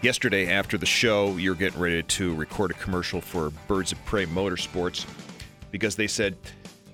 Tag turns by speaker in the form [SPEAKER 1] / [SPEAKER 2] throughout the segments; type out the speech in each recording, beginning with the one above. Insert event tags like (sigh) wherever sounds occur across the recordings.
[SPEAKER 1] Yesterday, after the show, you're getting ready to record a commercial for Birds of Prey Motorsports because they said,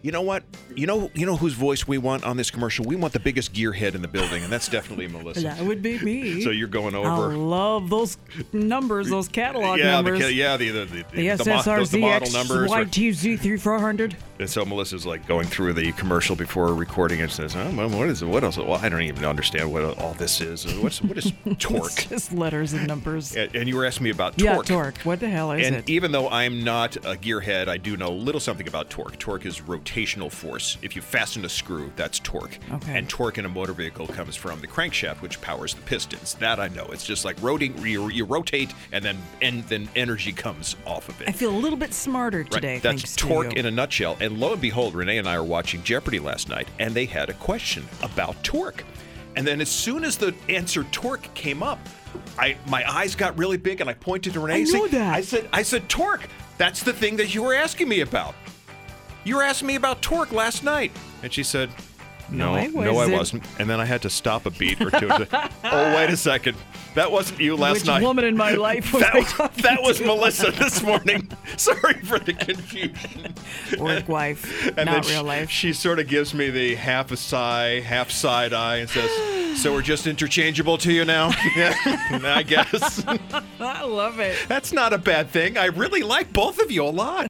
[SPEAKER 1] "You know what? You know, you know whose voice we want on this commercial. We want the biggest gearhead in the building, and that's definitely Melissa."
[SPEAKER 2] That would be
[SPEAKER 1] (laughs)
[SPEAKER 2] me.
[SPEAKER 1] so you're going
[SPEAKER 2] I
[SPEAKER 1] over.
[SPEAKER 2] love those numbers, those catalog
[SPEAKER 1] yeah,
[SPEAKER 2] Oh, numbers.
[SPEAKER 1] The, ca- yeah, the the the,
[SPEAKER 2] The
[SPEAKER 1] the, mo- those- the model numbers. are-
[SPEAKER 2] SSRZX400.
[SPEAKER 1] and so Melissa's like going through the commercial before recording and says, "Oh, well, what is it? What else? Well, I don't even understand what all this is. What's what
[SPEAKER 2] (laughs)
[SPEAKER 1] is torque?"
[SPEAKER 2] Just letters and numbers.
[SPEAKER 1] And, and you were asking me about torque.
[SPEAKER 2] yeah, torque. What the hell is
[SPEAKER 1] And E-
[SPEAKER 2] it?
[SPEAKER 1] even though I'm not a gearhead, I do know a little something about torque. Torque is rotational force. If you fasten a screw, that's torque.
[SPEAKER 2] Okay.
[SPEAKER 1] And torque in a motor vehicle comes from the crankshaft, which powers the pistons. That I know. It's just like rotating. You, you rotate, and then and then energy comes off of it.
[SPEAKER 2] I feel a little bit smarter today.
[SPEAKER 1] Right. That's
[SPEAKER 2] thanks
[SPEAKER 1] torque
[SPEAKER 2] to you.
[SPEAKER 1] in a nutshell. And lo and behold, Renee and I were watching Jeopardy last night, and they had a question about torque. And then as soon as the answer torque came up, I my eyes got really big and I pointed to Renee.
[SPEAKER 2] I
[SPEAKER 1] and
[SPEAKER 2] know
[SPEAKER 1] said-
[SPEAKER 2] that.
[SPEAKER 1] I said, I said, torque. That's the thing that you were asking me about. You were asking me about torque last night. And she said, No,
[SPEAKER 2] No, I
[SPEAKER 1] I
[SPEAKER 2] wasn't."
[SPEAKER 1] wasn't. And then I had to stop a beat or
[SPEAKER 2] (laughs)
[SPEAKER 1] two. and say, oh, wait a second. That wasn't you last
[SPEAKER 2] Which
[SPEAKER 1] night.
[SPEAKER 2] woman in my life was (laughs) I
[SPEAKER 1] (laughs) That,
[SPEAKER 2] talking
[SPEAKER 1] that was
[SPEAKER 2] (laughs)
[SPEAKER 1] Melissa this morning. (laughs) Sorry for the confusion.
[SPEAKER 2] to? Work
[SPEAKER 1] (laughs)
[SPEAKER 2] wife,
[SPEAKER 1] And then
[SPEAKER 2] not
[SPEAKER 1] she-
[SPEAKER 2] real life.
[SPEAKER 1] She, sort of gives me the half a sigh, half side eye, and
[SPEAKER 2] (sighs)
[SPEAKER 1] says, "So we're just interchangeable to you now." (laughs) yeah, I guess (laughs)
[SPEAKER 2] I love it.
[SPEAKER 1] that's not a bad thing. I really like both of you a lot.